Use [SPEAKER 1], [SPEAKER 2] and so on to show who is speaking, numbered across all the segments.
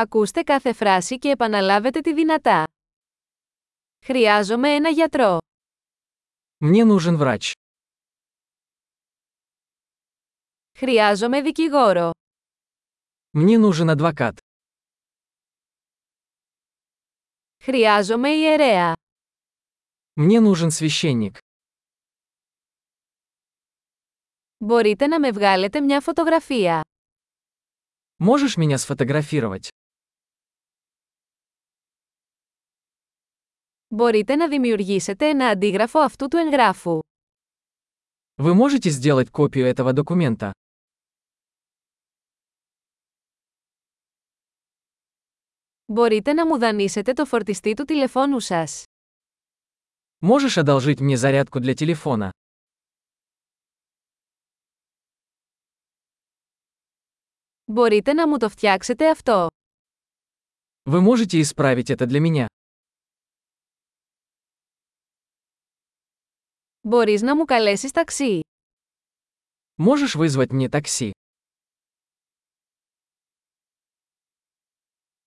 [SPEAKER 1] Ακούστε κάθε φράση και επαναλάβετε τη δυνατά. Χρειάζομαι ένα γιατρό.
[SPEAKER 2] Мне нужен врач.
[SPEAKER 1] Χρειάζομαι δικηγόρο.
[SPEAKER 2] Мне нужен адвокат.
[SPEAKER 1] Χρειάζομαι ιερέα.
[SPEAKER 2] Мне нужен священник.
[SPEAKER 1] Μπορείτε να με βγάλετε μια φωτογραφία.
[SPEAKER 2] Можешь меня сфотографировать?
[SPEAKER 1] Μπορείτε να δημιουργήσετε ένα αντίγραφο αυτού του εγγράφου.
[SPEAKER 2] Вы можете сделать копию этого документа?
[SPEAKER 1] Μπορείτε να μου δανείσετε το φορτιστή του τηλεφώνου σας.
[SPEAKER 2] Можешь одолжить мне зарядку для телефона?
[SPEAKER 1] Μπορείτε να μου το φτιάξετε αυτό.
[SPEAKER 2] Вы можете исправить это для меня?
[SPEAKER 1] Μπορείς να μου καλέσεις ταξί.
[SPEAKER 2] Можешь вызвать мне такси?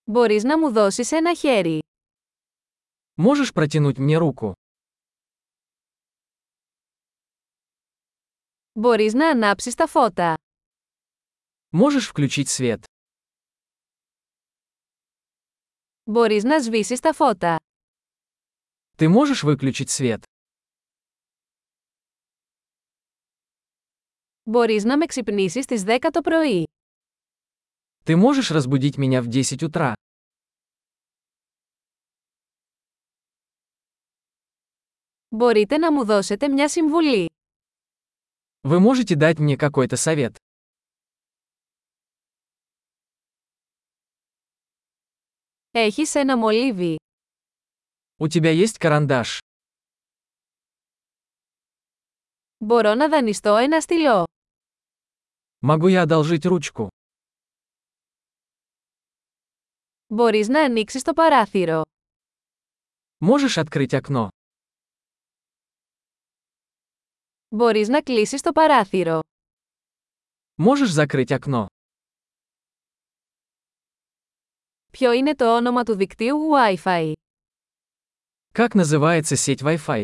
[SPEAKER 1] Μπορείς να μου δώσεις ένα χέρι.
[SPEAKER 2] Можешь протянуть мне руку?
[SPEAKER 1] Μπορείς να ανάψεις τα φώτα.
[SPEAKER 2] Можешь включить свет?
[SPEAKER 1] Μπορείς να σβήσεις τα φώτα.
[SPEAKER 2] Ты можешь выключить свет?
[SPEAKER 1] Μπορείς να με ξυπνήσεις στις 10 το πρωί.
[SPEAKER 2] Ты можешь разбудить меня в 10 утра?
[SPEAKER 1] Μπορείτε να μου δώσετε μια συμβουλή.
[SPEAKER 2] Вы можете дать мне какой-то совет?
[SPEAKER 1] Έχεις ένα μολύβι.
[SPEAKER 2] У тебя есть карандаш?
[SPEAKER 1] Μπορώ να δανειστώ ένα στυλό.
[SPEAKER 2] Могу я одолжить ручку?
[SPEAKER 1] Μπορείς να ανοίξεις το παράθυρο.
[SPEAKER 2] Можешь открыть окно?
[SPEAKER 1] Μπορείς να κλείσεις το παράθυρο.
[SPEAKER 2] Можешь закрыть окно?
[SPEAKER 1] Ποιο είναι το όνομα του δικτύου Wi-Fi.
[SPEAKER 2] Как называется сеть Wi-Fi?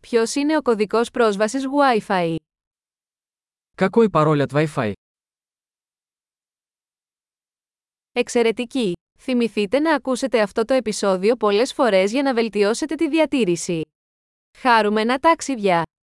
[SPEAKER 1] Ποιος είναι ο κωδικός πρόσβασης Wi-Fi.
[SPEAKER 2] Какой пароль от Wi-Fi?
[SPEAKER 1] Εξαιρετική! Θυμηθείτε να ακούσετε αυτό το επεισόδιο πολλές φορές για να βελτιώσετε τη διατήρηση. Χάρουμενα ταξίδια!